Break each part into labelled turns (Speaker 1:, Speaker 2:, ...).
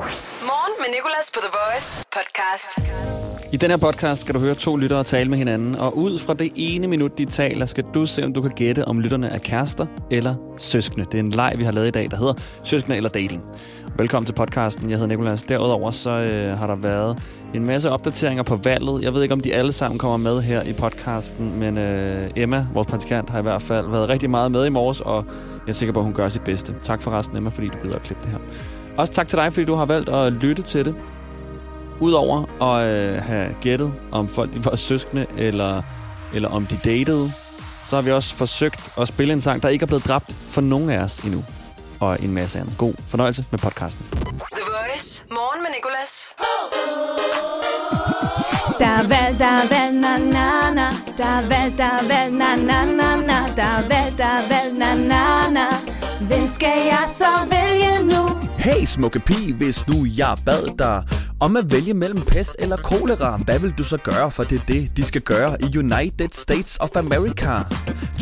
Speaker 1: Morgen med Nicolas på The Voice podcast.
Speaker 2: I den her podcast skal du høre to lyttere tale med hinanden, og ud fra det ene minut, de taler, skal du se, om du kan gætte, om lytterne er kærester eller søskende. Det er en leg, vi har lavet i dag, der hedder Søskende eller Dating. Velkommen til podcasten. Jeg hedder Nikolas. Derudover så øh, har der været en masse opdateringer på valget. Jeg ved ikke, om de alle sammen kommer med her i podcasten, men øh, Emma, vores praktikant, har i hvert fald været rigtig meget med i morges, og jeg er sikker på, at hun gør sit bedste. Tak for resten, Emma, fordi du gider at klippe det her. Også tak til dig, fordi du har valgt at lytte til det. Udover at øh, have gættet, om folk de var søskende, eller, eller om de datede, så har vi også forsøgt at spille en sang, der ikke er blevet dræbt for nogen af os endnu. Og en masse andet. God fornøjelse med podcasten.
Speaker 1: The Voice. Morgen med Nicolas.
Speaker 3: Der er valg, der er valg, na na na. Der er valg, der er valg, na na na na. Der er valg, der er valg, na na na. Hvem skal jeg så vælge nu?
Speaker 4: Hey smukke pige, hvis nu jeg bad dig om at vælge mellem pest eller kolera, hvad vil du så gøre, for det er det, de skal gøre i United States of America.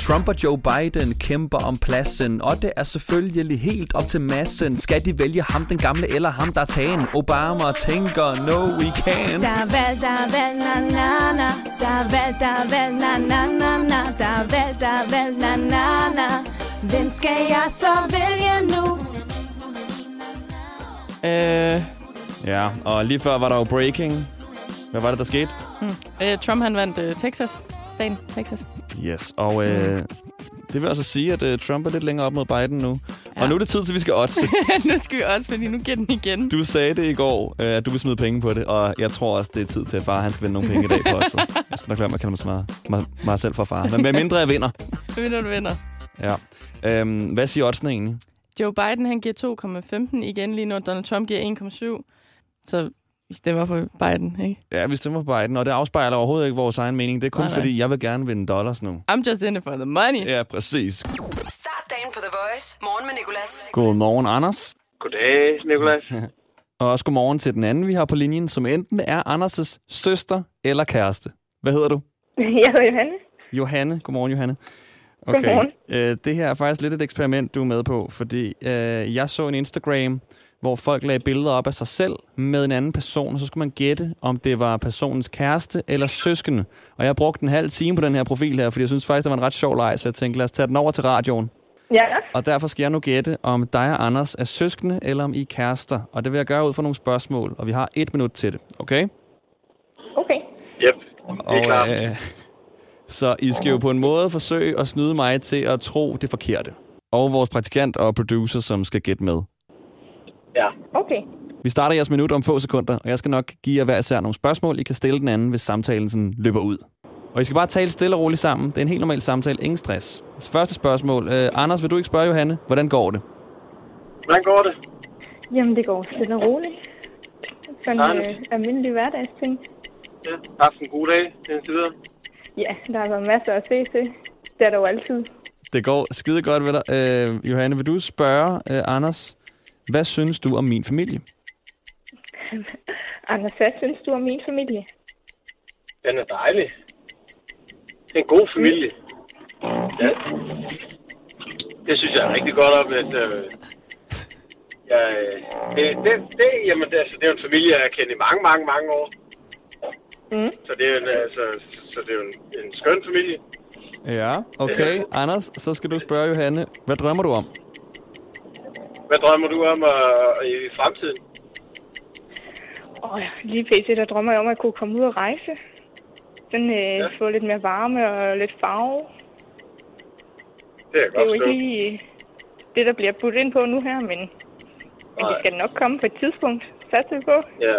Speaker 4: Trump og Joe Biden kæmper om pladsen, og det er selvfølgelig helt op til massen. Skal de vælge ham den gamle eller ham der er tagen? Obama tænker, no we can.
Speaker 3: Der er valg, der er valg, na na na. Der er valg, der er valg, na na na na. Der er valg, der er valg, na na na. Hvem skal jeg så vælge nu?
Speaker 5: Øh,
Speaker 2: Ja, og lige før var der jo breaking. Hvad var det, der skete?
Speaker 5: øh, Trump han vandt øh, Texas. Staten Texas.
Speaker 2: Yes, og øh, det vil altså sige, at øh, Trump er lidt længere op mod Biden nu. Ja. Og nu er det tid til, at vi skal odds.
Speaker 5: nu skal vi også, fordi nu giver den igen.
Speaker 2: Du sagde det i går, øh, at du vil smide penge på det, og jeg tror også, det er tid til, at far han skal vinde nogle penge i dag på os. Så Jeg skal nok lade mig kalde mig, så meget, mig, mig selv for far. Men med mindre jeg vinder.
Speaker 5: Du vinder, du vinder.
Speaker 2: Ja. Øhm, hvad siger oddsene egentlig?
Speaker 5: Joe Biden han giver 2,15 igen lige nu, og Donald Trump giver 1,7. Så vi stemmer for Biden, ikke?
Speaker 2: Ja, vi stemmer på Biden, og det afspejler overhovedet ikke vores egen mening. Det er kun
Speaker 5: Nej, nej.
Speaker 2: fordi, jeg vil gerne vinde dollars nu.
Speaker 5: I'm just in it for the money.
Speaker 2: Ja, præcis.
Speaker 1: Start dagen på The Voice. Morgen med Nicolas.
Speaker 2: Godmorgen, Anders.
Speaker 6: Goddag, Nicolas.
Speaker 2: Og også godmorgen til den anden, vi har på linjen, som enten er Anders' søster eller kæreste. Hvad hedder du?
Speaker 7: Jeg hedder Johanne.
Speaker 2: Johanne. Godmorgen, Johanne.
Speaker 7: Godmorgen.
Speaker 2: Øh, det her er faktisk lidt et eksperiment, du er med på, fordi øh, jeg så en Instagram, hvor folk lagde billeder op af sig selv med en anden person, og så skulle man gætte, om det var personens kæreste eller søskende. Og jeg brugte en halv time på den her profil her, fordi jeg synes faktisk, det var en ret sjov leg, så jeg tænkte, lad os tage den over til radioen.
Speaker 7: Ja,
Speaker 2: Og derfor skal jeg nu gætte, om dig og Anders er søskende, eller om I er kærester. Og det vil jeg gøre ud fra nogle spørgsmål, og vi har et minut til det, okay?
Speaker 7: okay.
Speaker 6: Yep, det er
Speaker 2: Og,
Speaker 6: klart.
Speaker 2: øh, så I skal jo på en måde forsøge at snyde mig til at tro det forkerte. Og vores praktikant og producer, som skal gætte med.
Speaker 6: Ja.
Speaker 7: Okay.
Speaker 2: Vi starter jeres minut om få sekunder, og jeg skal nok give jer hver især nogle spørgsmål. I kan stille den anden, hvis samtalen sådan løber ud. Og I skal bare tale stille og roligt sammen. Det er en helt normal samtale. Ingen stress. Første spørgsmål. Øh, Anders, vil du ikke spørge Johanne, hvordan går det?
Speaker 6: Hvordan går det?
Speaker 7: Jamen, det går stille og roligt. Sådan en
Speaker 6: Dejligt.
Speaker 7: øh, almindelig hverdagsting.
Speaker 6: Ja. Haft en god dag indtil videre.
Speaker 7: Ja, der har været masser at se til. Det er der jo altid.
Speaker 2: Det går skide godt ved dig. Øh, Johanne, vil du spørge øh, Anders, hvad synes du om min familie?
Speaker 7: Anders, hvad synes du om min familie?
Speaker 6: Den er dejlig. Det er en god familie. Ja. Det synes jeg er rigtig godt om, at... Øh, ja, øh, det, det, det, jamen, det, altså, det er jo en familie, jeg har kendt i mange, mange, mange år.
Speaker 7: Mm.
Speaker 6: Så det er, en, altså, så det er jo en, en skøn familie.
Speaker 2: Ja. Okay, Øh, Anders, så skal du spørge Johanne, hvad drømmer du om?
Speaker 6: Hvad drømmer du om øh, i fremtiden?
Speaker 7: Og lige pt. der drømmer jeg om at kunne komme ud og rejse. Sådan øh,
Speaker 6: Ja.
Speaker 7: ja. få lidt mere varme og lidt farve.
Speaker 6: Det er jeg
Speaker 7: Det er
Speaker 6: godt
Speaker 7: jo
Speaker 6: forstå.
Speaker 7: ikke lige det, der bliver budt ind på nu her, men, men det
Speaker 6: Nej.
Speaker 7: skal nok komme på et tidspunkt. Satser vi på.
Speaker 6: Ja, ja.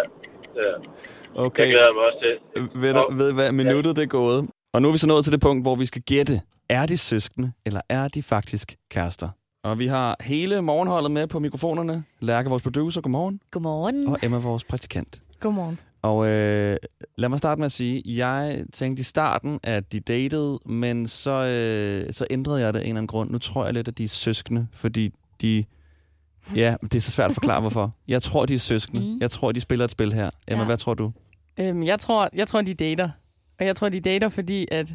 Speaker 6: Jeg
Speaker 2: Okay,
Speaker 6: glæder mig også til.
Speaker 2: ved, du, ved hvad, minuttet det er gået. Og nu er vi så nået til det punkt, hvor vi skal gætte, er de søskende, eller er de faktisk kærester? Og vi har hele morgenholdet med på mikrofonerne. Lærke, vores producer, godmorgen.
Speaker 8: Godmorgen.
Speaker 2: Og Emma, vores praktikant.
Speaker 5: Godmorgen.
Speaker 2: Og øh, lad mig starte med at sige, jeg tænkte i starten, at de datede, men så, øh, så ændrede jeg det af en eller anden grund. Nu tror jeg lidt, at de er søskende, fordi de... Ja, det er så svært at forklare, hvorfor. Jeg tror, de er søskende. Mm.
Speaker 8: Mm.
Speaker 2: Jeg tror, de spiller et spil her. Emma, ja.
Speaker 8: Ja.
Speaker 2: hvad tror du?
Speaker 5: Øhm, jeg, tror, jeg tror, de dater. Og jeg tror, de dater, fordi at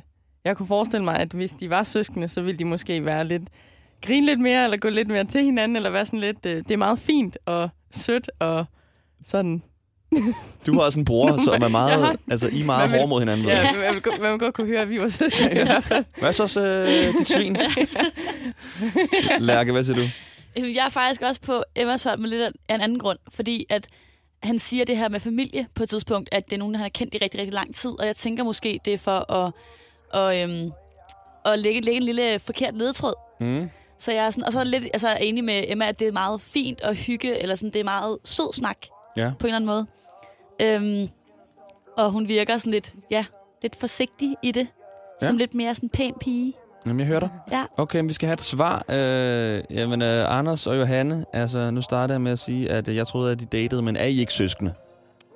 Speaker 5: jeg kunne forestille mig, at hvis de var søskende, så ville de måske være lidt grine lidt mere, eller gå lidt mere til hinanden, eller være sådan lidt, øh, det er meget fint og sødt og Sådan.
Speaker 2: Du har også en bror, som er meget,
Speaker 5: jeg har-
Speaker 2: altså, I er meget
Speaker 5: Hvad vil-
Speaker 2: hårde mod hinanden. ved
Speaker 5: Ja,
Speaker 2: jeg.
Speaker 5: man, man, man, man godt kunne høre, at vi var søskende. ja.
Speaker 2: Hvad så, øh, dit svin? Lærke, hvad siger du?
Speaker 8: Jamen, Jeg er faktisk også på Emmas hold med lidt af en anden grund, fordi at han siger det her med familie på et tidspunkt, at det er nogen, han har kendt i rigtig, rigtig lang tid, og jeg tænker måske, det er for at, og, øhm, at lægge, lægge en lille forkert ledetråd.
Speaker 2: Mm.
Speaker 8: Så jeg er sådan, og så er jeg lidt altså, er enig med Emma, at det er meget fint og hygge, eller sådan, det er meget sød snak
Speaker 2: Ja.
Speaker 8: på en eller anden måde. Øhm, og hun virker sådan lidt, ja, lidt forsigtig i det.
Speaker 2: Ja.
Speaker 8: Ja. Som lidt mere sådan pæn pige.
Speaker 2: Jamen, jeg hører dig.
Speaker 8: Ja.
Speaker 2: Okay, men vi skal have et svar. Øh, jamen, øh, Anders og Johanne, altså, nu starter jeg med at sige, at øh, jeg troede, at de datede, men er I ikke søskende?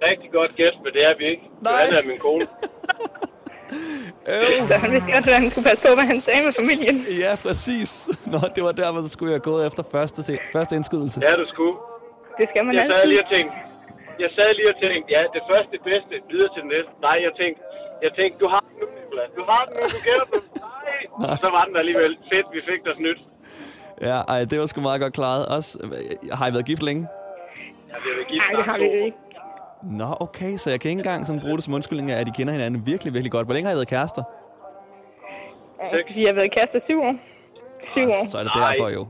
Speaker 6: Rigtig godt gæt, men det er vi ikke.
Speaker 2: Nej.
Speaker 6: Johanna er min kone.
Speaker 2: Øh,
Speaker 7: Så han vidste godt, at han skulle passe på, hvad han sagde med familien.
Speaker 2: ja, præcis. Nå, det var derfor, så skulle jeg gå efter første, se- første indskydelse.
Speaker 6: Ja, du skulle.
Speaker 7: Det skal man
Speaker 6: Jeg sad
Speaker 7: altid.
Speaker 6: lige og tænkte, jeg sad lige og tænkte, ja, det første det bedste, videre til det næste. Nej, jeg tænkte, jeg tænkte, du har den nu, Nicolás. Du har den nu, du kender den. Nej. Og så var den alligevel fedt, vi fik dig snydt.
Speaker 2: Ja, ej, det var sgu meget godt klaret. Også, øh, har I været gift længe?
Speaker 6: Ja, det vil give
Speaker 7: Nej, det har vi ikke.
Speaker 2: Nå, okay, så jeg kan ikke engang sådan bruge det som undskyldning, at de kender hinanden virkelig, virkelig godt. Hvor længe har I været kærester?
Speaker 7: Ja, Fordi jeg har været kærester syv år. Syv år.
Speaker 2: Så er det
Speaker 6: Nej.
Speaker 2: derfor jo.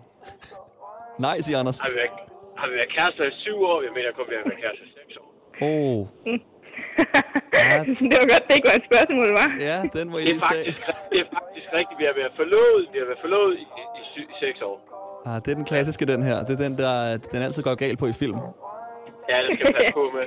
Speaker 2: Nej, siger Anders.
Speaker 6: Har vi været, har vi været kærester i syv år? Jeg mener, jeg kommer til at være kærester i seks år.
Speaker 2: Åh, oh, Ja.
Speaker 7: det var godt, det ikke var et spørgsmål, var.
Speaker 2: ja, den må I
Speaker 6: Det er
Speaker 2: lige tage.
Speaker 6: faktisk, det er faktisk rigtigt. Vi har været forlovet, vi har været forlovet i, i, sy- i seks år.
Speaker 2: Ah, det er den klassiske, den her. Det er den, der den altid går galt på i film.
Speaker 6: Ja, det skal jeg passe på med.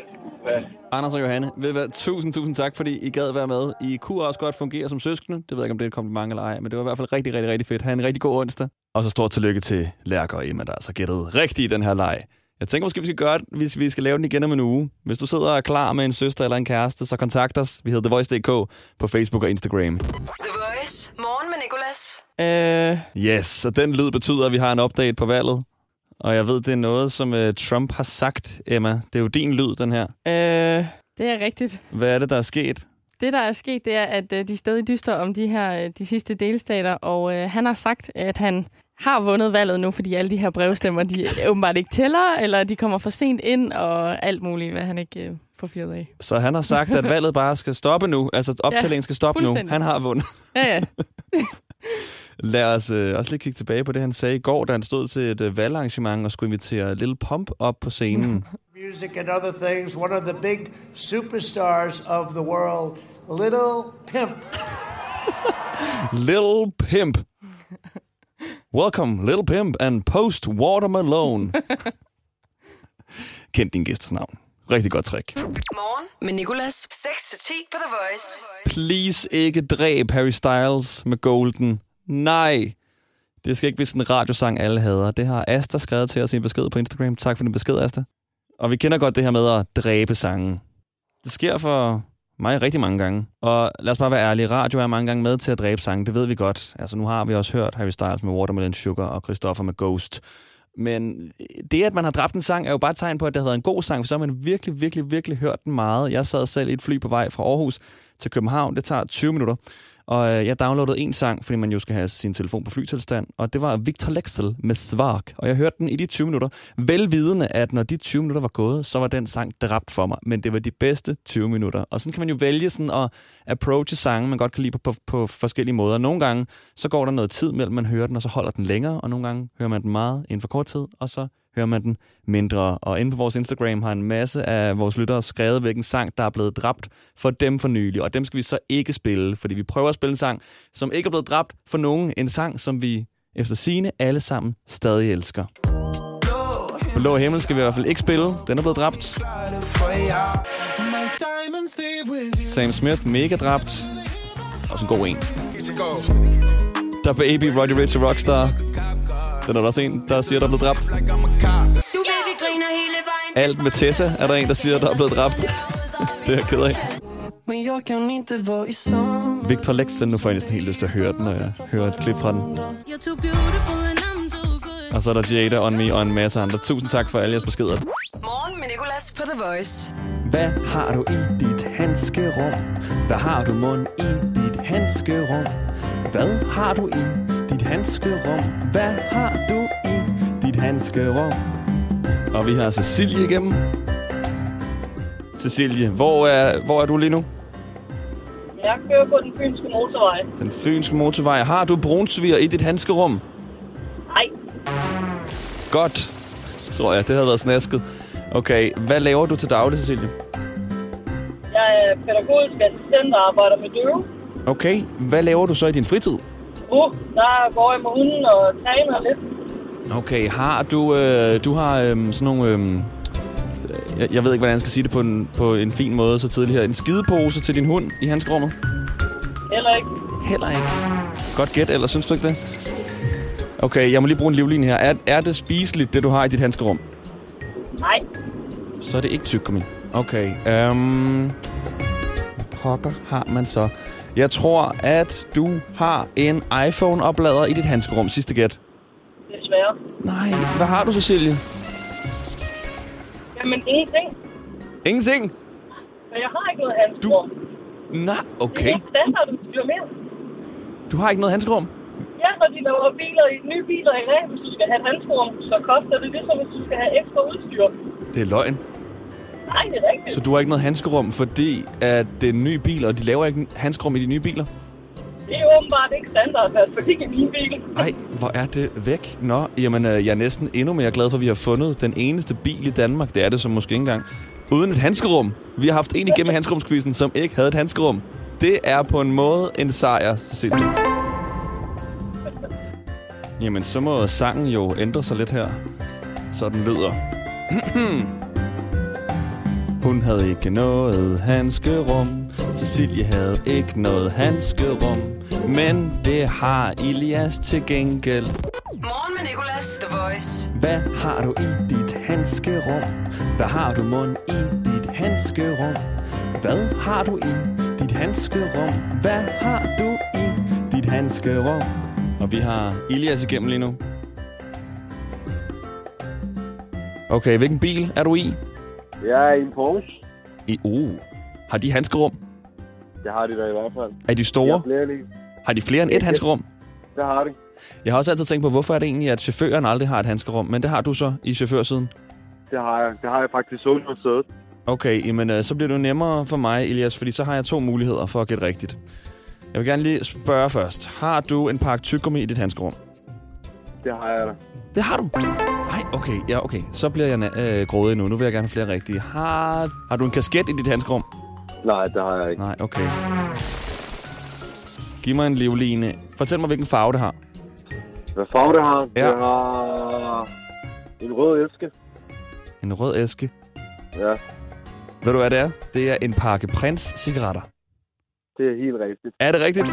Speaker 6: Ja.
Speaker 2: Anders og Johanne, ved I hvad, tusind, tusind tak, fordi I gad være med. I kunne også godt fungere som søskende. Det ved jeg ikke, om det er et kompliment eller ej, men det var i hvert fald rigtig, rigtig, rigtig fedt. Ha' en rigtig god onsdag. Og så stort tillykke til Lærke og Emma, der altså gættede rigtigt i den her leg. Jeg tænker måske, vi skal gøre det, hvis vi skal lave den igen om en uge. Hvis du sidder og er klar med en søster eller en kæreste, så kontakt os. Vi hedder TheVoice.dk på Facebook og Instagram.
Speaker 1: The Voice. Morgen med Nicolas.
Speaker 5: Øh,
Speaker 2: Yes, så den lyd betyder, at vi har en update på valget. Og jeg ved, det er noget, som øh, Trump har sagt, Emma. Det er jo din lyd, den her.
Speaker 5: øh, det er rigtigt.
Speaker 2: Hvad er det, der er sket?
Speaker 5: Det, der er sket, det er, at øh, de stadig dyster om de her øh, de sidste delstater, og øh, han har sagt, at han har vundet valget nu, fordi alle de her brevstemmer, de åbenbart ikke tæller, eller de kommer for sent ind, og alt muligt, hvad han ikke øh, får fyret af.
Speaker 2: Så han har sagt, at valget bare skal stoppe nu. Altså, optællingen skal stoppe nu.
Speaker 5: fuldstændig.
Speaker 2: Han har vundet.
Speaker 5: Ja, ja.
Speaker 2: Lad os øh, også lige kigge tilbage på det, han sagde i går, da han stod til et øh, valgarrangement og skulle invitere Lille Pump op på scenen.
Speaker 9: music and other things, one of the big superstars of the world, Little Pimp.
Speaker 2: Little Pimp. Welcome, Little Pimp and Post Watermelon. Kend din gæsts navn. Rigtig godt trick.
Speaker 1: Morgen med Nicolas. 6-10 på The Voice.
Speaker 2: Please ikke dræb Harry Styles med Golden. Nej. Det skal ikke blive sådan en radiosang, alle hader. Det har Asta skrevet til os i en besked på Instagram. Tak for din besked, Asta. Og vi kender godt det her med at dræbe sangen. Det sker for mig rigtig mange gange. Og lad os bare være ærlige. Radio er mange gange med til at dræbe sangen. Det ved vi godt. Altså, nu har vi også hørt Harry Styles med Watermelon Sugar og Christoffer med Ghost. Men øh, det, at man har dræbt en sang, er jo bare et tegn på, at det har været en god sang, for så har man virkelig, virkelig, virkelig hørt den meget. Jeg sad selv i et fly på vej fra Aarhus til København. Det tager 20 minutter. Og øh, jeg downloadede en sang, fordi man jo skal have sin telefon på flytilstand, og det var Victor Lexel med Svark. Og jeg hørte den i de 20 minutter, velvidende, at når de 20 minutter var gået, så var den sang dræbt for mig. Men det var de bedste 20 minutter. Og sådan kan man jo vælge sådan at approache sange, man godt kan lide på, på, på forskellige måder. Nogle gange, så går der noget tid mellem, man hører den, og så holder den længere, og nogle gange hører man den meget inden for kort tid, og så hører man den mindre. Og inde på vores Instagram har en masse af vores lyttere skrevet, hvilken sang, der er blevet dræbt for dem for nylig. Og dem skal vi så ikke spille, fordi vi prøver at spille en sang, som ikke er blevet dræbt for nogen. En sang, som vi efter sine alle sammen stadig elsker. Blå himmel skal vi i hvert fald ikke spille. Den er blevet dræbt. Sam Smith, mega dræbt. Også en god en. Der er Baby, Roddy Rich og Rockstar. Den er der også en, der siger, der er blevet dræbt.
Speaker 10: Du ved, vi griner hele vejen.
Speaker 2: Alt med Tessa er der en, der siger, der er blevet dræbt. Det er jeg ked af.
Speaker 10: Men jeg kan ikke være i sommer.
Speaker 2: Victor Lexen, nu får jeg næsten helt lyst til at høre den, når jeg hører et klip fra den.
Speaker 10: You're too beautiful and I'm too good.
Speaker 2: Og så er der Jada, On Me og en masse andre. Tusind tak for alle jeres beskeder.
Speaker 1: Morgen med Nicolas på The Voice.
Speaker 2: Hvad har du i dit handskerum? Hvad har du mund i dit handskerum? Hvad har du i dit handskerum? Hvad har du i dit handskerum? Og vi har Cecilie igennem. Cecilie, hvor er, hvor er du lige nu?
Speaker 11: Jeg kører på den fynske motorvej.
Speaker 2: Den fynske motorvej. Har du brunsviger i dit handskerum?
Speaker 11: Nej,
Speaker 2: Godt, tror jeg. Det havde været snasket. Okay, hvad laver du til daglig, Cecilie?
Speaker 11: jeg er pædagogisk assistent og arbejder med døve.
Speaker 2: Okay, hvad laver du så i din fritid?
Speaker 11: Nu, der går jeg med hunden og træner lidt.
Speaker 2: Okay, har du, øh, du har øh, sådan nogle... Øh, jeg, jeg ved ikke, hvordan jeg skal sige det på en, på en fin måde så tidligt her. En skidepose til din hund i handskerummet?
Speaker 11: Heller ikke.
Speaker 2: Heller ikke. Godt gæt, eller synes du ikke det? Okay, jeg må lige bruge en livlin her. Er, er det spiseligt, det du har i dit handskerum?
Speaker 11: Nej,
Speaker 2: Så er det ikke tyggegummi. Okay, øhm... hvad Pokker har man så. Jeg tror, at du har en iPhone-oplader i dit handskerum. Sidste gæt.
Speaker 11: desværre.
Speaker 2: Nej, hvad har du, Cecilie?
Speaker 11: Jamen ingenting.
Speaker 2: Ingenting?
Speaker 11: For jeg har ikke noget handsbrug.
Speaker 2: Nej, okay.
Speaker 11: Standard, du bliver mere.
Speaker 2: Du har ikke noget handskerum?
Speaker 11: Ja, når de laver biler, i- nye biler i dag, hvis du skal have handsbrug, så koster det ligesom, hvis du skal have ekstra udstyr.
Speaker 2: Det er løgn.
Speaker 11: Nej, det er rigtigt.
Speaker 2: Så du har ikke noget handskerum, fordi at det er en ny bil, og de laver ikke en handskerum i de nye biler?
Speaker 11: Det er åbenbart ikke standard, altså ikke i min bil.
Speaker 2: Nej, hvor er det væk? Nå, jamen, øh, jeg er næsten endnu mere glad for, at vi har fundet den eneste bil i Danmark. Det er det så måske ikke engang. Uden et handskerum. Vi har haft en igennem handskerumskvisten, som ikke havde et handskerum. Det er på en måde en sejr, Cecilie. Jamen, så må sangen jo ændre sig lidt her. Så den lyder. Hun havde ikke noget handskerum. Cecilie havde ikke noget handskerum. Men det har Ilias til gengæld.
Speaker 1: Morgen med Nicolas, The Voice.
Speaker 2: Hvad har du i dit handskerum? Hvad har du mund i dit handskerum? Hvad har du i dit handskerum? Hvad har du i dit handskerum? Og vi har Ilias igennem lige nu. Okay, hvilken bil er du i?
Speaker 12: Jeg er i en Porsche.
Speaker 2: I uh. Har de handskerum?
Speaker 12: Det har de da i hvert fald.
Speaker 2: Er de store?
Speaker 12: De har flere lige.
Speaker 2: Har de flere end et handskerum?
Speaker 12: Det har de.
Speaker 2: Jeg har også altid tænkt på, hvorfor er det egentlig, at chaufføren aldrig har et handskerum, men det har du så i chaufførsiden.
Speaker 12: Det har jeg. Det har jeg faktisk sundt på sædet.
Speaker 2: Okay, jamen, øh, så bliver det jo nemmere for mig, Elias, fordi så har jeg to muligheder for at gætte rigtigt. Jeg vil gerne lige spørge først. Har du en pakke tyggegummi i dit handskerum?
Speaker 12: Det har jeg da.
Speaker 2: Det har du. Nej, okay, ja, okay. Så bliver jeg na- øh, grådig nu. Nu vil jeg gerne have flere rigtige. Har, har du en kasket i dit handskerum?
Speaker 12: Nej, det har jeg ikke.
Speaker 2: Nej, okay. Giv mig en livline. Fortæl mig, hvilken farve det har.
Speaker 12: Hvad farve det har?
Speaker 2: Ja.
Speaker 12: Det har en rød æske.
Speaker 2: En rød æske.
Speaker 12: Ja,
Speaker 2: Ved du, hvad det er? Det er en pakke prins-cigaretter.
Speaker 12: det er helt rigtigt.
Speaker 2: Er det rigtigt?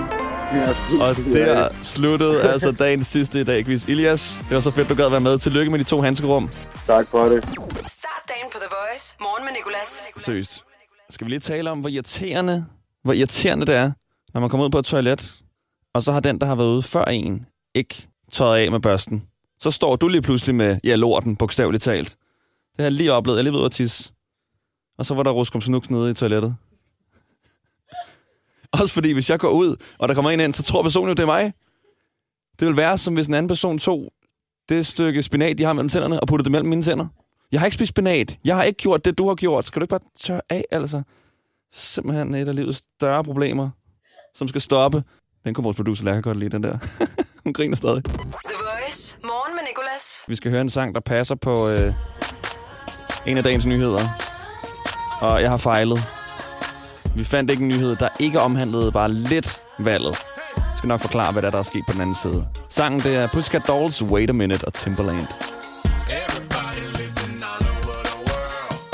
Speaker 12: Ja,
Speaker 2: Og
Speaker 12: det er
Speaker 2: der
Speaker 12: rigtigt.
Speaker 2: sluttede altså dagens sidste i dag, quiz. Ilias, det var så fedt, du gad at være med. Tillykke med de to handskerum.
Speaker 12: Tak for det.
Speaker 1: Start dagen på The Voice. Morgen med Nicolas.
Speaker 2: Seriøst. Skal vi lige tale om, hvor irriterende, hvor irriterende det er, når man kommer ud på et toilet, og så har den, der har været ude før en, ikke tøjet af med børsten. Så står du lige pludselig med, ja, lorten, bogstaveligt talt. Det har jeg lige oplevet. Jeg er lige ved at tisse. Og så var der ruskumsnuks nede i toilettet. Også fordi, hvis jeg går ud, og der kommer en ind, så tror personen jo, det er mig. Det vil være, som hvis en anden person tog det stykke spinat, de har mellem tænderne, og puttede det mellem mine tænder. Jeg har ikke spist spinat. Jeg har ikke gjort det, du har gjort. Skal du ikke bare tørre af, altså? Simpelthen et af livets større problemer, som skal stoppe. Den kunne vores producer lære godt lide, den der. Hun griner stadig.
Speaker 1: The Voice. Morgen med Nicolas.
Speaker 2: Vi skal høre en sang, der passer på øh, en af dagens nyheder. Og jeg har fejlet. Vi fandt ikke en nyhed, der ikke omhandlede bare lidt valget. Jeg skal nok forklare, hvad der er, der er sket på den anden side. Sangen det er Pussycat Dolls, Wait a Minute og Timberland.
Speaker 8: Oh,
Speaker 5: Øh,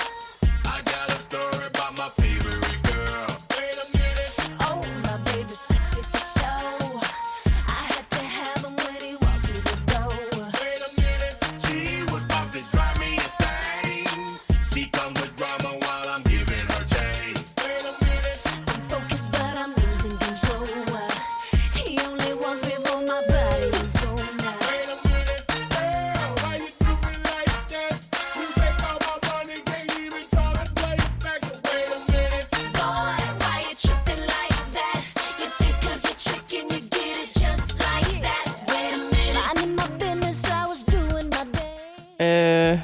Speaker 5: Øh,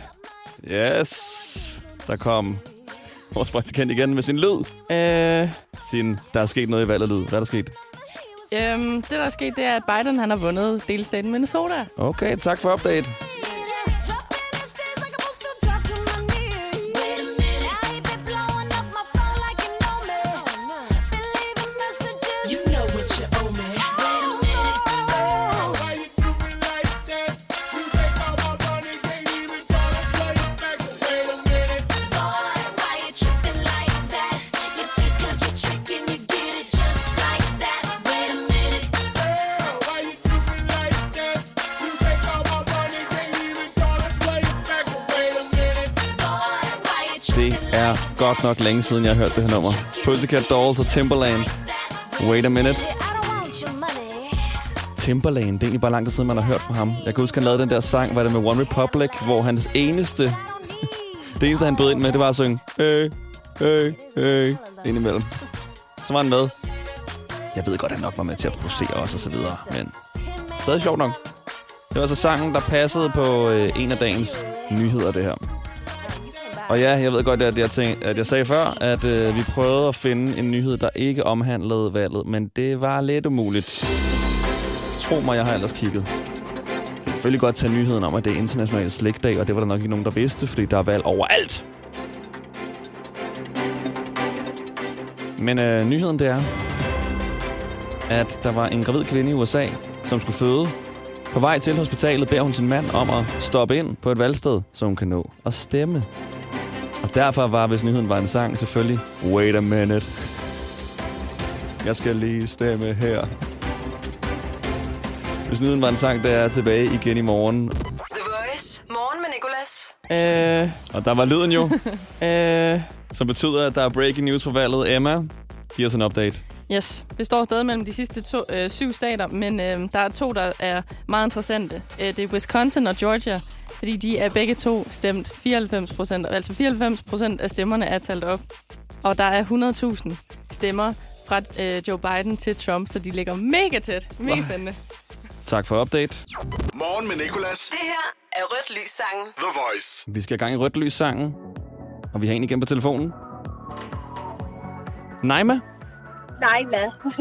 Speaker 2: Yes, der kom vores praktikant igen med sin lyd.
Speaker 5: Øh.
Speaker 2: Sin, der er sket noget i valget lyd. Hvad er der sket?
Speaker 5: Øhm, det, der er sket, det er, at Biden han har vundet delstaten Minnesota.
Speaker 2: Okay, tak for update.
Speaker 10: Oh, You know what you owe me.
Speaker 8: Oh,
Speaker 2: Det er godt nok længe siden, jeg har hørt det her nummer. Pussycat Dolls og Timberland. Wait a minute. Timberland, det er egentlig bare lang tid siden, man har hørt fra ham. Jeg kan huske, han lavede den der sang, var det med One Republic, hvor hans eneste... det eneste, han bød ind med, det var at synge... Hey, hey, hey, indimellem. Så var han med. Jeg ved godt, han nok var med til at producere os og så videre, men stadig sjovt nok. Det var så sangen, der passede på øh, en af dagens nyheder, det her. Og ja, jeg ved godt, at jeg, tænkte, at jeg sagde før, at øh, vi prøvede at finde en nyhed, der ikke omhandlede valget, men det var lidt umuligt. Tro mig, jeg har ellers kigget. Jeg kan selvfølgelig godt tage nyheden om, at det er international slægtdag, og det var der nok ikke nogen, der vidste, fordi der er valg overalt. Men øh, nyheden det er, at der var en gravid kvinde i USA, som skulle føde. På vej til hospitalet beder hun sin mand om at stoppe ind på et valgsted, så hun kan nå at stemme. Og derfor var, hvis nyheden var en sang, selvfølgelig Wait a minute. Jeg skal lige stemme her. Hvis nyheden var en sang, der er tilbage igen i morgen.
Speaker 1: The Voice. Morgen med Nicolas.
Speaker 5: Øh.
Speaker 2: Og der var lyden jo.
Speaker 5: øh.
Speaker 2: Som betyder, at der er breaking news for valget. Emma, giv os en update.
Speaker 5: Yes, det står stadig mellem de sidste to, øh, syv stater, men øh, der er to, der er meget interessante. Øh, det er Wisconsin og Georgia, fordi de er begge to stemt 94 procent. Altså 94 procent af stemmerne er talt op. Og der er 100.000 stemmer fra øh, Joe Biden til Trump, så de ligger mega tæt. Mega spændende.
Speaker 2: Tak for update.
Speaker 1: Morgen med Nicolas. Det her er Rødt Lys sangen. The Voice.
Speaker 2: Vi skal i gang i rødt lys sangen. Og vi har en igen på telefonen. Naima?
Speaker 13: Nej, hvad?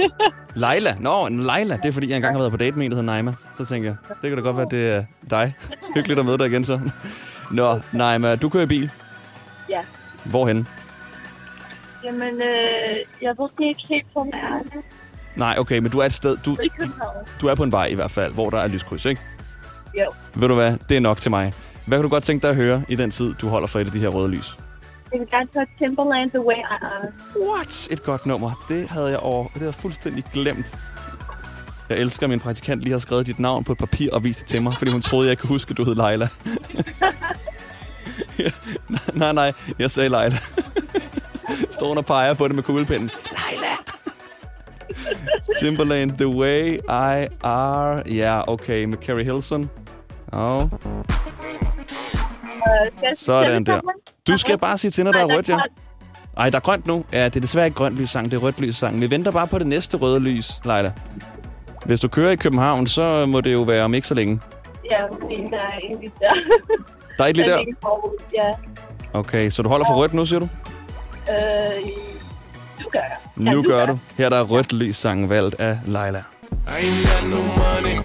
Speaker 2: Leila. Nå, en Leila. Det er fordi, jeg engang har været på date med en, der hedder Naima. Så tænker jeg, det kan da godt være, det er dig. Hyggeligt at møde dig igen så. Nå, Naima, du kører i bil.
Speaker 13: ja.
Speaker 2: Hvorhen?
Speaker 13: Jamen, øh, jeg ved det ikke helt på mærke.
Speaker 2: Nej, okay, men du er et sted. Du,
Speaker 13: I København.
Speaker 2: du er på en vej i hvert fald, hvor der er lyskryds, ikke?
Speaker 13: Jo.
Speaker 2: Ved du hvad? Det er nok til mig. Hvad kan du godt tænke dig at høre i den tid, du holder for et af de her røde lys?
Speaker 13: Jeg vil gerne tage Timberland The Way I Are.
Speaker 2: What? Et godt nummer. Det havde jeg over... Det havde jeg fuldstændig glemt. Jeg elsker, at min praktikant lige har skrevet dit navn på et papir og vist det til mig, fordi hun troede, jeg kunne huske, at du hed Leila. nej, nej, nej. Jeg sagde Leila. Står hun og peger på det med kuglepinden. Leila! Timberland, The Way I Are. Ja, yeah, okay. Med Carrie Hilson. Og
Speaker 13: Øh, skal jeg sige
Speaker 2: sådan der.
Speaker 13: Timberland?
Speaker 2: Du skal bare sige til, når der
Speaker 13: Nej,
Speaker 2: er rødt, ja.
Speaker 13: grønt.
Speaker 2: Ej, der er grønt nu. Ja, det er desværre ikke grønt lys sang, det er rødt lys sang. Vi venter bare på det næste røde lys, Leila. Hvis du kører i København, så må det jo være om ikke så længe.
Speaker 13: Ja, fordi der er en lige der.
Speaker 2: Der er et lige
Speaker 13: Men
Speaker 2: der.
Speaker 13: ikke forud, Ja.
Speaker 2: Okay, så du holder for rødt nu, siger du?
Speaker 13: Øh, nu gør jeg. Ja,
Speaker 2: Nu gør du. Her der er rødt lys sang valgt af Leila.
Speaker 10: I ain't got no money. I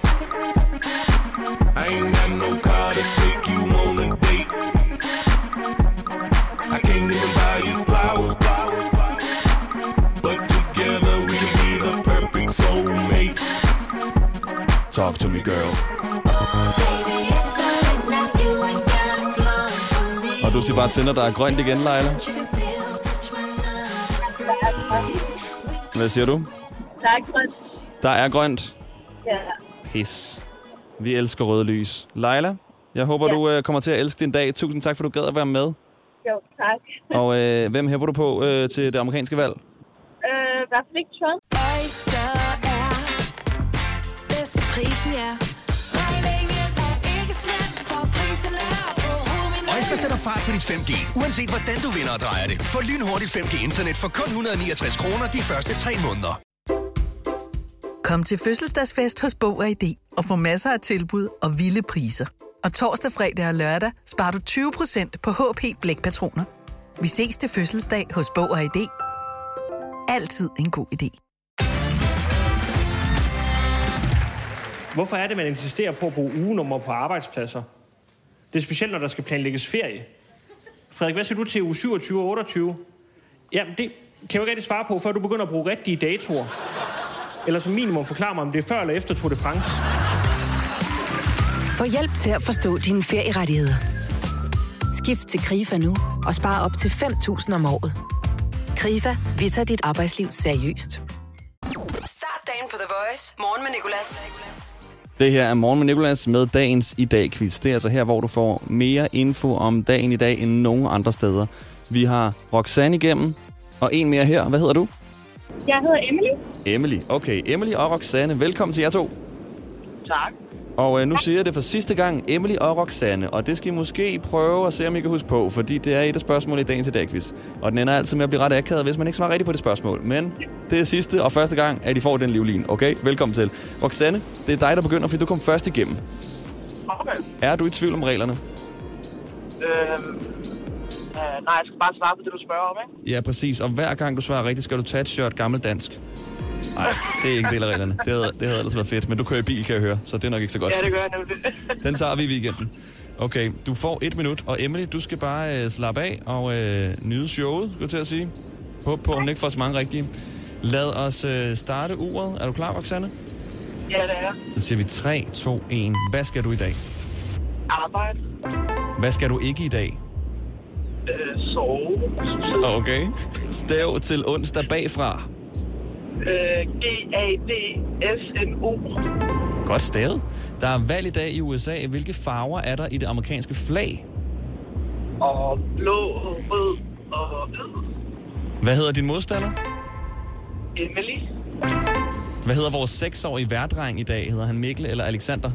Speaker 10: ain't got no car to take you on a date. I can't even buy you flowers. But together we can be the perfect soulmates. Talk to me, girl.
Speaker 2: Og du siger bare til, når der er grønt igen, Leila. Hvad siger du?
Speaker 13: Der er grønt.
Speaker 2: Der er grønt.
Speaker 13: Ja.
Speaker 2: Pis. Vi elsker røde lys. Leila, jeg håber, ja. du øh, kommer til at elske din dag. Tusind tak, for du gad at være med.
Speaker 13: Jo, tak.
Speaker 2: Og øh, hvem hæpper du på øh, til det amerikanske valg?
Speaker 13: Øh, i hvert fald ikke Trump.
Speaker 10: Oyster er bedst til prisen, ja. Regningen er ikke slem, for prisen er på hovedet.
Speaker 14: Øjster sætter fart på dit 5G. Uanset hvordan du vinder og drejer det, få lynhurtigt 5G-internet for kun 169 kroner de første tre måneder.
Speaker 15: Kom til fødselsdagsfest hos Bog og ID og få masser af tilbud og vilde priser. Og torsdag, fredag og lørdag sparer du 20% på HP Blækpatroner. Vi ses til fødselsdag hos Bog og ID. Altid en god idé.
Speaker 16: Hvorfor er det, man insisterer på at bruge ugenummer på arbejdspladser? Det er specielt, når der skal planlægges ferie. Frederik, hvad siger du til uge 27 og 28? Jamen, det kan jeg jo ikke rigtig svare på, før du begynder at bruge rigtige datoer. Eller som minimum forklare mig, om det er før eller efter Tour de France.
Speaker 17: Få hjælp til at forstå dine ferierettigheder. Skift til KRIFA nu og spare op til 5.000 om året. KRIFA, vi tager dit arbejdsliv seriøst.
Speaker 1: Start dagen på The Voice. Morgen med Nicolas.
Speaker 2: Det her er Morgen med Nicolas med dagens i dag quiz. Det er altså her, hvor du får mere info om dagen i dag end nogen andre steder. Vi har Roxanne igennem, og en mere her. Hvad hedder du?
Speaker 13: Jeg hedder Emily.
Speaker 2: Emily. Okay, Emily og Roxanne, velkommen til jer to.
Speaker 13: Tak.
Speaker 2: Og øh, nu siger jeg det for sidste gang, Emily og Roxanne, og det skal I måske prøve at se, om I kan huske på, fordi det er et af spørgsmålene i dagens i dag quiz. Og den ender altid med at blive ret akavet, hvis man ikke svarer rigtigt på det spørgsmål. Men det er sidste og første gang, at I får den livlin, okay? Velkommen til. Roxanne, det er dig, der begynder, fordi du kom først igennem.
Speaker 11: Okay.
Speaker 2: Er du i tvivl om reglerne?
Speaker 11: Øhm, øh, nej, jeg skal bare svare på det, du spørger om, ikke?
Speaker 2: Ja, præcis. Og hver gang du svarer rigtigt, skal du tage et shirt gammeldansk. Nej, det er ikke en del af reglerne. Det havde, det havde ellers været fedt, men du kører i bil, kan jeg høre, så det er nok ikke så godt.
Speaker 11: jeg nemlig.
Speaker 2: Den tager vi i weekenden. Okay, du får et minut, og Emily, du skal bare øh, slappe af og øh, nyde showet, skulle jeg til at sige. Håb på, at hun ikke får så mange rigtige. Lad os øh, starte uret. Er du klar, Roxanne?
Speaker 11: Ja, det er.
Speaker 2: Så siger vi 3, 2, 1. Hvad skal du i dag?
Speaker 11: Arbejde.
Speaker 2: Hvad skal du ikke i dag?
Speaker 11: Øh, sove.
Speaker 2: Okay. Stav til onsdag bagfra.
Speaker 11: Øh, G-A-D-S-N-O.
Speaker 2: Godt stavet. Der er valg i dag i USA. Hvilke farver er der i det amerikanske flag?
Speaker 11: Og blå, og rød og hvid.
Speaker 2: Hvad hedder din modstander?
Speaker 11: Emily.
Speaker 2: Hvad hedder vores seksårige værdreng i dag? Hedder han Mikkel eller Alexander?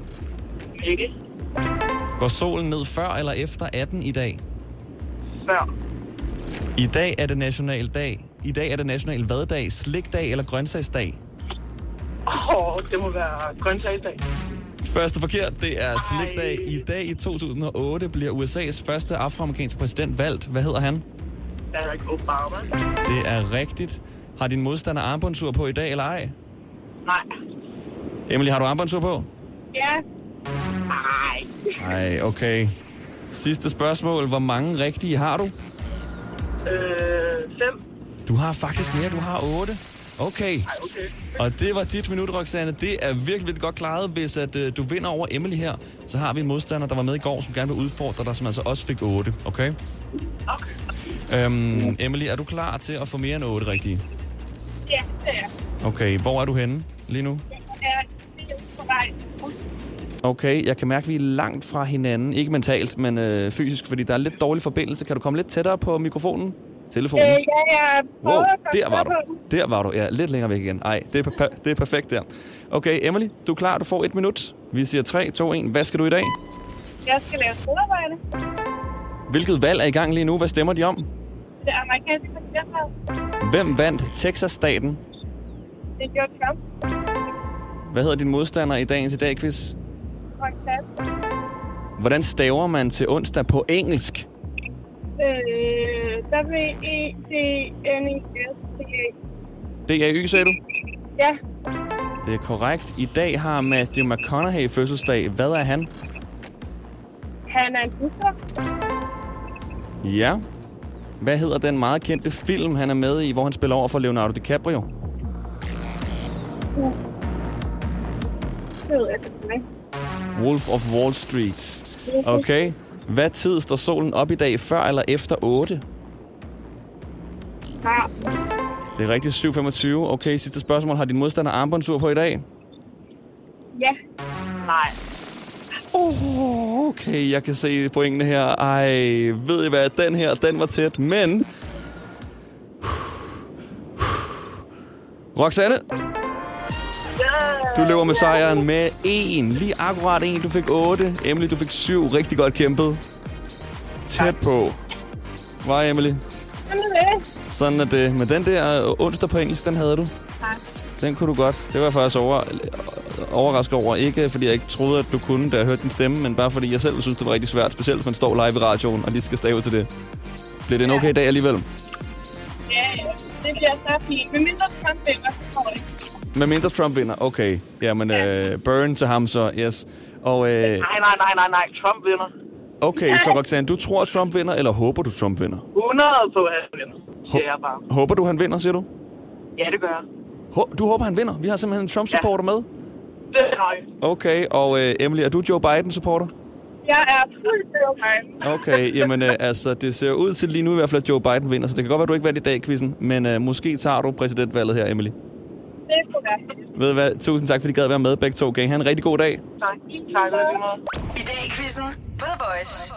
Speaker 11: Ikke.
Speaker 2: Går solen ned før eller efter 18 i dag?
Speaker 11: Før.
Speaker 2: I dag er det national dag. I dag er det national vaddag, slikdag eller grøntsagsdag?
Speaker 11: Åh, det må være grøntsagsdag.
Speaker 2: Første forkert, det er slikdag. I dag i 2008 bliver USA's første afroamerikanske præsident valgt. Hvad hedder han?
Speaker 11: Barack Obama.
Speaker 2: Det er rigtigt. Har din modstander armbåndsur på i dag eller ej?
Speaker 11: Nej.
Speaker 2: Emily, har du armbåndsur på?
Speaker 13: Ja. Nej.
Speaker 2: Nej, okay. Sidste spørgsmål. Hvor mange rigtige har du?
Speaker 11: Øh, fem.
Speaker 2: Du har faktisk mere. Du har otte. Okay.
Speaker 11: Ej, okay.
Speaker 2: Og det var dit minut, Roxanne. Det er virkelig, virkelig godt klaret. Hvis at, øh, du vinder over Emily her, så har vi en modstander, der var med i går, som gerne vil udfordre dig, som altså også fik 8. Okay? Okay. Øhm, Emily, er du klar til at få mere end 8 rigtige?
Speaker 13: Ja, det er jeg.
Speaker 2: Okay, hvor er du henne lige nu?
Speaker 13: Jeg er lige på vej.
Speaker 2: Okay, jeg kan mærke, at vi er langt fra hinanden. Ikke mentalt, men øh, fysisk, fordi der er lidt dårlig forbindelse. Kan du komme lidt tættere på mikrofonen? Telefonen?
Speaker 13: Øh, ja, jeg
Speaker 2: Wow,
Speaker 13: prøver at komme
Speaker 2: der var du.
Speaker 13: på.
Speaker 2: Der var du. Ja, lidt længere væk igen. Ej, det er, per- det er perfekt der. Okay, Emily, du er klar. Du får et minut. Vi siger 3, 2, 1. Hvad skal du i dag?
Speaker 13: Jeg skal lave skolearbejde.
Speaker 2: Hvilket valg er i gang lige nu? Hvad stemmer de om?
Speaker 13: Det amerikanske præsidentvalg.
Speaker 2: Hvem vandt Texas-staten?
Speaker 13: Det gjorde Trump.
Speaker 2: Hvad hedder din modstander i dagens i dag, quiz?
Speaker 13: Roxanne.
Speaker 2: Hvordan staver man til onsdag på engelsk?
Speaker 13: Øh, E W-E-D-N-E-S-T-A.
Speaker 2: Det er Y, sagde du?
Speaker 13: Ja,
Speaker 2: Det er korrekt. I dag har Matthew McConaughey fødselsdag. Hvad er han?
Speaker 13: han er en busser.
Speaker 2: Ja. Hvad hedder den meget kendte film, han er med i, hvor han spiller over for Leonardo DiCaprio?
Speaker 13: Det ved jeg ikke. hvad.
Speaker 2: Wolf of Wall Street. Okay. Hvad tid står solen op i dag, før eller efter 8?
Speaker 13: Ja.
Speaker 2: Det er rigtigt 7.25. Okay, sidste spørgsmål. Har din modstander armbåndsur på i dag?
Speaker 13: Ja.
Speaker 11: Nej.
Speaker 2: Oh, okay, jeg kan se pointene her. Ej, ved I hvad? Den her, den var tæt, men... Roxanne, du løber med sejren med en. Lige akkurat en. Du fik 8. Emily, du fik 7. Rigtig godt kæmpet. Tæt på. Var Emily?
Speaker 13: Sådan er det.
Speaker 2: Sådan er det. Men den der øh, onsdag på engelsk, den havde du.
Speaker 13: Tak.
Speaker 2: Den kunne du godt. Det var jeg faktisk over, overrasket over. Ikke fordi jeg ikke troede, at du kunne, da jeg hørte din stemme, men bare fordi jeg selv synes, det var rigtig svært. Specielt hvis man står live i radioen og lige skal stave til det. Bliver det en okay dag alligevel?
Speaker 11: Ja, ja. det bliver så fint. Men mindre kampvinder, så kommer det.
Speaker 2: Med mindre Trump vinder, okay. Jamen, øh, burn til ham så, yes. Og øh,
Speaker 11: Nej, nej, nej, nej, nej. Trump vinder.
Speaker 2: okay, så Roxanne, du tror, at Trump vinder, eller håber du, Trump vinder?
Speaker 11: 100 på, at han vinder. Siger jeg bare.
Speaker 2: Håber du, han vinder, siger du?
Speaker 11: Ja, det gør jeg.
Speaker 2: Hå- Du håber, han vinder? Vi har simpelthen en Trump-supporter med.
Speaker 11: Det er højt.
Speaker 2: Okay, og øh, Emily, er du Joe Biden-supporter?
Speaker 11: Jeg er fuldt overvejen.
Speaker 2: Okay, jamen øh, altså, det ser ud til lige nu i hvert fald, at Joe Biden vinder, så det kan godt være, du ikke vandt i dag, quizzen, men øh, måske tager du præsidentvalget her, Emily.
Speaker 11: Det kunne være.
Speaker 2: Ved du hvad? Tusind tak, fordi I gad at være med begge to. Kan I have en rigtig god dag?
Speaker 11: Tak. Tak, og lige måde.
Speaker 1: I dag i quizzen på The Voice.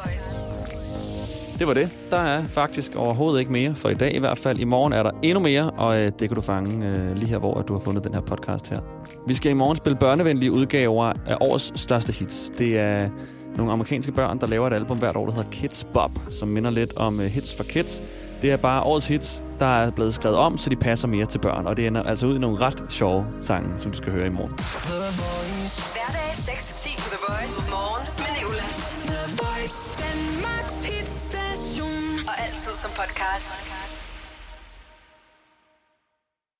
Speaker 2: Det var det. Der er faktisk overhovedet ikke mere, for i dag i hvert fald. I morgen er der endnu mere, og øh, det kan du fange øh, lige her, hvor at du har fundet den her podcast her. Vi skal i morgen spille børnevenlige udgaver af årets største hits. Det er nogle amerikanske børn, der laver et album hvert år, der hedder Kids Bob, som minder lidt om øh, Hits for Kids. Det er bare årets hits, der er blevet skrevet om, så de passer mere til børn, og det ender altså ud i nogle ret sjove sange, som du skal høre i morgen.
Speaker 1: Hverdag 6-10 på The Voice. Morgen med Nicolas. The Voice. Danmarks hitstation. Og altid som podcast.